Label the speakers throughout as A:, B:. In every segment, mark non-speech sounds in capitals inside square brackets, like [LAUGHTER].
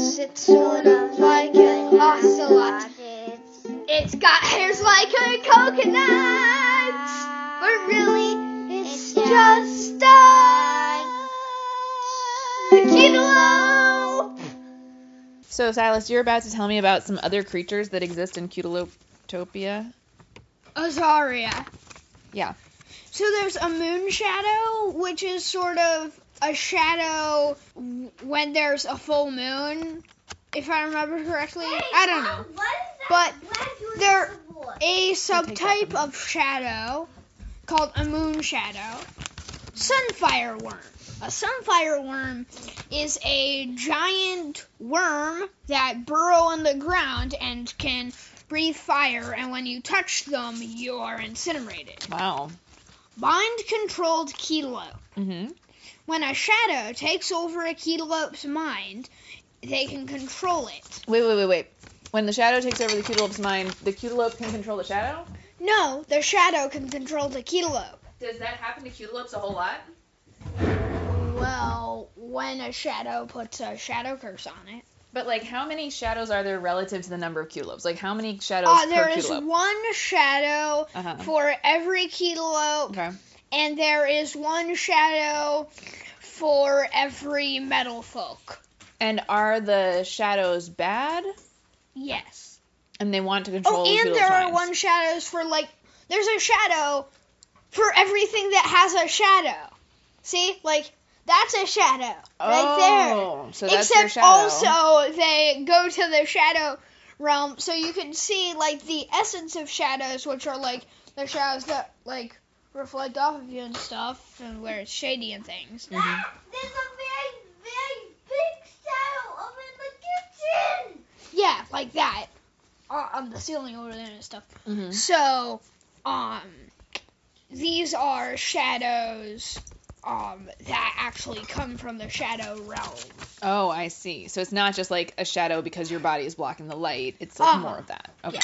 A: sort of like an ocelot. It's got hairs like a coconut, but really it's just a cantaloupe.
B: So, Silas, you're about to tell me about some other creatures that exist in Cuteloptopia.
C: Azaria.
B: Yeah.
C: So there's a moon shadow, which is sort of a shadow w- when there's a full moon, if I remember correctly. I don't know. But there a
B: take that
C: subtype
B: from
C: of shadow called a moon shadow. Sunfire worm. A sunfire worm is a giant worm that burrow in the ground and can breathe fire and when you touch them you are incinerated.
B: Wow.
C: Mind controlled kelope.
B: Mm-hmm.
C: When a shadow takes over a kelope's mind, they can control it.
B: Wait, wait, wait, wait. When the shadow takes over the Cutelope's mind, the Cutelope can control the shadow?
C: No, the shadow can control the kelope.
B: Does that happen to Cutelopes a whole lot?
C: Well, when a shadow puts a shadow curse on it.
B: But, like, how many shadows are there relative to the number of Cutelopes? Like, how many shadows
C: Uh,
B: per
C: there is
B: Cutelope?
C: one shadow
B: Uh-huh.
C: for every kelope,
B: Okay.
C: and there is one shadow for every metal folk.
B: And are the shadows bad?
C: Yes.
B: And they want to control
C: Oh,
B: the
C: and
B: Cutelope's
C: there are
B: minds?
C: one shadows for like there's a shadow for everything that has a shadow. See, like that's a shadow right
B: oh, So
C: there.
B: that's your
C: Except
B: shadow.
C: also they go to the shadow realm, so you can see like the essence of shadows, which are like the shadows that like reflect off of you and stuff, and where it's shady and things.
B: Mhm.
A: There's a very, very big shadow over in the kitchen.
C: Yeah, like that on on the ceiling over there and stuff.
B: Mhm.
C: So, um, these are shadows, um, that actually come from the shadow realm.
B: Oh, I see. So it's not just like a shadow because your body is blocking the light. It's like
C: Uh-huh.
B: more of that. Okay.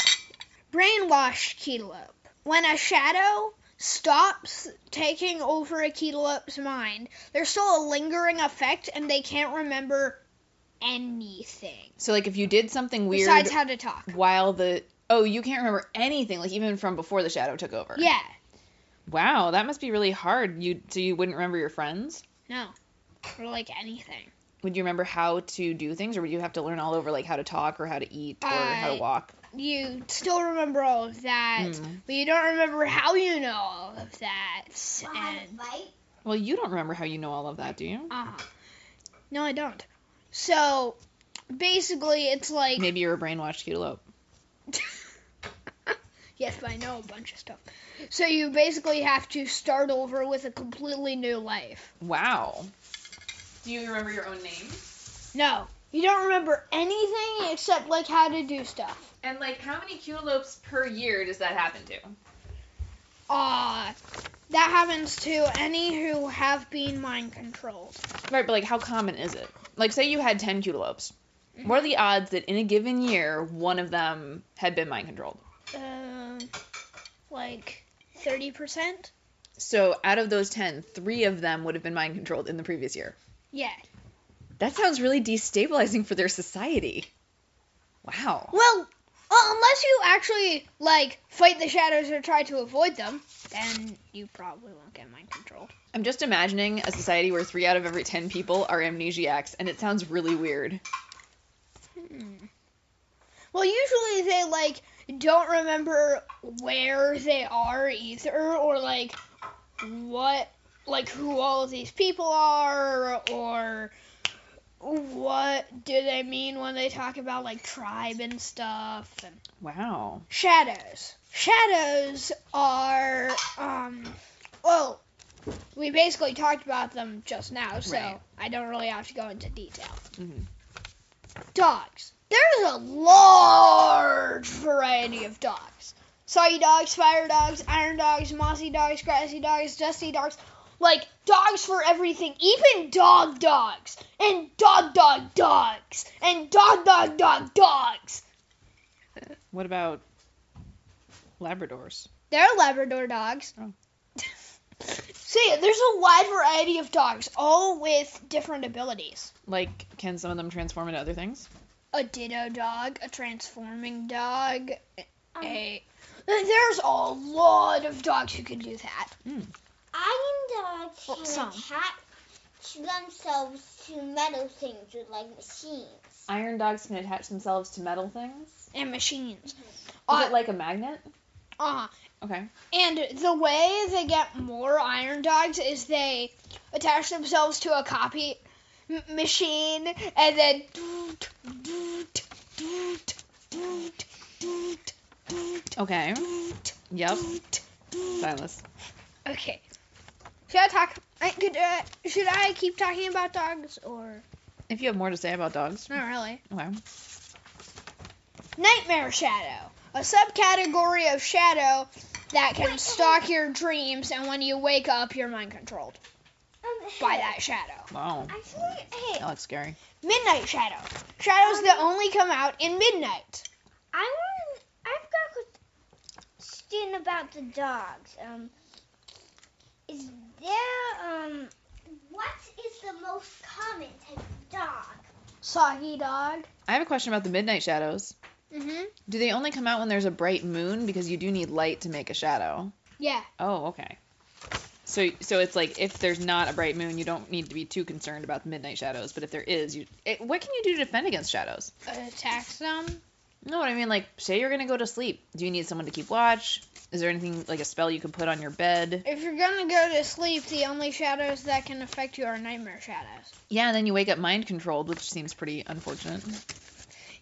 C: Brainwash Kelope. When a shadow stops taking over a Kelope's mind, there's still a lingering effect and they can't remember anything
B: So like if you did something weird
C: besides how to talk.
B: while the oh you can't remember anything like even from before the shadow took over.
C: Yeah,
B: Wow, that must be really hard. You so you wouldn't remember your friends.
C: no, or like anything.
B: Would you remember how to do things, or would you have to learn all over like how to talk or how to eat or how
C: Uh,
B: to walk?
C: you still remember all of that,
B: Mm.
C: but you don't remember how you know all of that. And
A: fight?
B: Well, you don't remember how you know all of that, do you?
C: uh no, I don't. So basically, it's like
B: Maybe you're a brainwashed cutelope.
C: [LAUGHS] yes, but I know a bunch of stuff. So you basically have to start over with a completely new life.
B: Wow. Do you remember your own name?
C: No, you don't remember anything except like how to do stuff.
B: And like, how many cutelopes per year does that happen to?
C: Uh that happens to any who have been mind controlled.
B: Right, but like, how common is it? Like, say you had 10 cutelopes. What are the odds that in a given year, one of them had been mind controlled?
C: Um, like thirty percent.
B: So, out of those 10, three of them would have been mind controlled in the previous year.
C: Yeah.
B: That sounds really destabilizing for their society. Wow.
C: Well, uh, unless you actually like fight the shadows or try to avoid them, then you probably won't get mind controlled.
B: I'm just imagining a society where three out of every 10 people are amnesiacs, and it sounds really weird.
C: Hmm. Well, usually they like don't remember where they are either, or like what, like who all of these people are, or what do they mean when they talk about like tribe and stuff and
B: Wow.
C: Shadows. Shadows are um well we basically talked about them just now, so
B: Right.
C: I don't really have to go into detail.
B: Mhm.
C: Dogs. There's a large variety of dogs. Soggy dogs, fire dogs, iron dogs, mossy dogs, grassy dogs, dusty dogs. Like dogs for everything, even dog dogs and dog dog dogs and dog dog dog dogs.
B: What about Labradors?
C: They're Labrador dogs.
B: Oh.
C: [LAUGHS] See, there's a wide variety of dogs, all with different abilities.
B: Like, can some of them transform into other things?
C: a ditto dog, a transforming dog,
B: Um.
C: a. There's a lot of dogs who can do that.
B: Hmm.
D: I can dog
C: Well,
D: can
C: Oh, some.
D: attach themselves to metal things with like machines.
B: Iron dogs can attach themselves to metal things. Is
C: And machines. Uh,
B: it like a magnet?
C: uh,
B: Okay.
C: and the way they get more iron dogs is they attach themselves to a copy m- machine and then. doot, doot, doot, doot, doot, doot,
B: Okay.
C: doot,
B: Yep.
C: doot, doot.
B: Silas.
C: Okay. Should I talk? I could. Uh, should I keep talking about dogs or
B: If you have more to say about dogs.
C: not really?
B: Okay.
C: Nightmare shadow, a subcategory of shadow that can stalk your dreams, and when you wake up, you're mind controlled
D: Um,
C: by
D: hey,
C: that shadow.
B: Wow.
D: Actually, hey,
B: That looks scary.
C: Midnight shadow, shadows that only come out in midnight.
D: I want. I've got a question about the dogs. Um, is there um, what is the most common type of dog?
C: Soggy dog.
B: I have a question about the midnight shadows.
C: Mhm.
B: Do they only come out when there's a bright moon? Because you do need light to make a shadow.
C: Yeah.
B: Oh, okay. So, so it's like if there's not a bright moon, you don't need to be too concerned about the midnight shadows. But if there is, you it, what can you do to defend against shadows?
C: Uh, Attacks them.
B: No, what I mean, like, say you're gonna go to sleep. Do you need someone to keep watch? Is there anything like a spell you could put on your bed?
C: If you're gonna go to sleep, the only shadows that can affect you are nightmare shadows.
B: Yeah, and then you wake up mind controlled, which seems pretty unfortunate.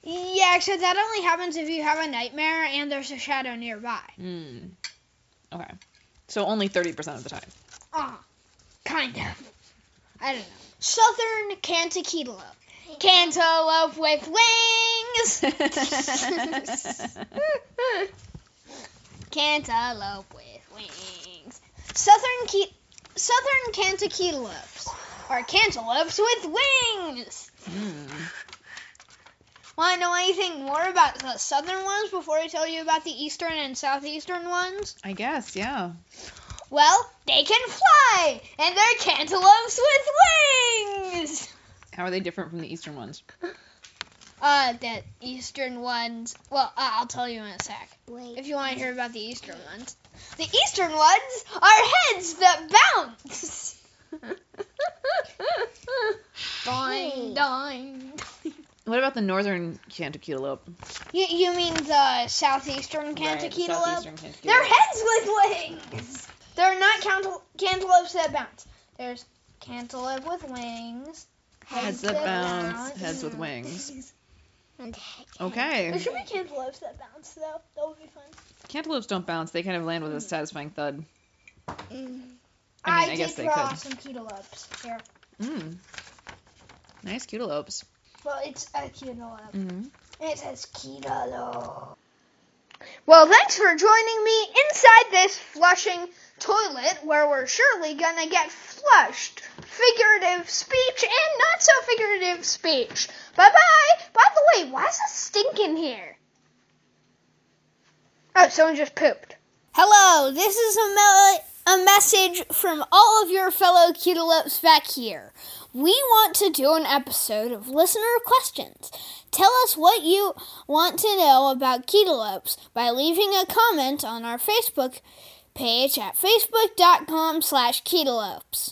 C: Yeah, except that only happens if you have a nightmare and there's a shadow nearby.
B: Hmm. Okay. So only thirty percent of the time.
C: Ah, kind of. I don't know. Southern cantaloupe. Cantaloupe with wings. cantaloupe with wings. Southern ke- Southern cantaloupes are cantaloupes with wings.
B: Hmm.
C: Want to know anything more about the southern ones before I tell you about the eastern and southeastern ones?
B: I guess, yeah.
C: Well, they can fly, and they're cantaloupes with wings.
B: How are they different from the eastern ones?
C: Uh, the eastern ones. Well, uh, I'll tell you in a sec.
D: Wait.
C: If you want to hear about the eastern ones, the eastern ones are heads that
B: [LAUGHS]
C: bounce. Dine, dine.
B: What about the northern cantaloupe?
C: You, you mean the southeastern cantaloupe? They're
B: They're
C: heads with wings. They're not cantal- cantaloupes that bounce. There's cantaloupe with wings.
B: heads that bounce, heads with wings.
C: [LAUGHS]
D: And
C: There
B: Okay.
C: should be cantaloupes that bounce though. That would be fun.
B: Cantaloupes don't bounce. They kind of land with a satisfying thud.
C: I,
B: I mean, I
C: Mm-hmm. did
B: guess they
C: draw
B: could.
C: some cantaloupes here.
B: Mm. Nice cantaloupes.
C: Well, it's a cantaloupe.
B: Mm.
C: It says cantaloupe. Well, thanks for joining me inside this flushing toilet where we're surely gonna get flushed. Figurative speech and not so figurative speech. Bye bye! By the way, why is it stinking here? Oh, someone just pooped. Hello, this is a, me- a message from all of your fellow cutelopes back here. We want to do an episode of listener questions. Tell us what you want to know about cutelopes by leaving a comment on our Facebook page at facebook.com slash cutelopes.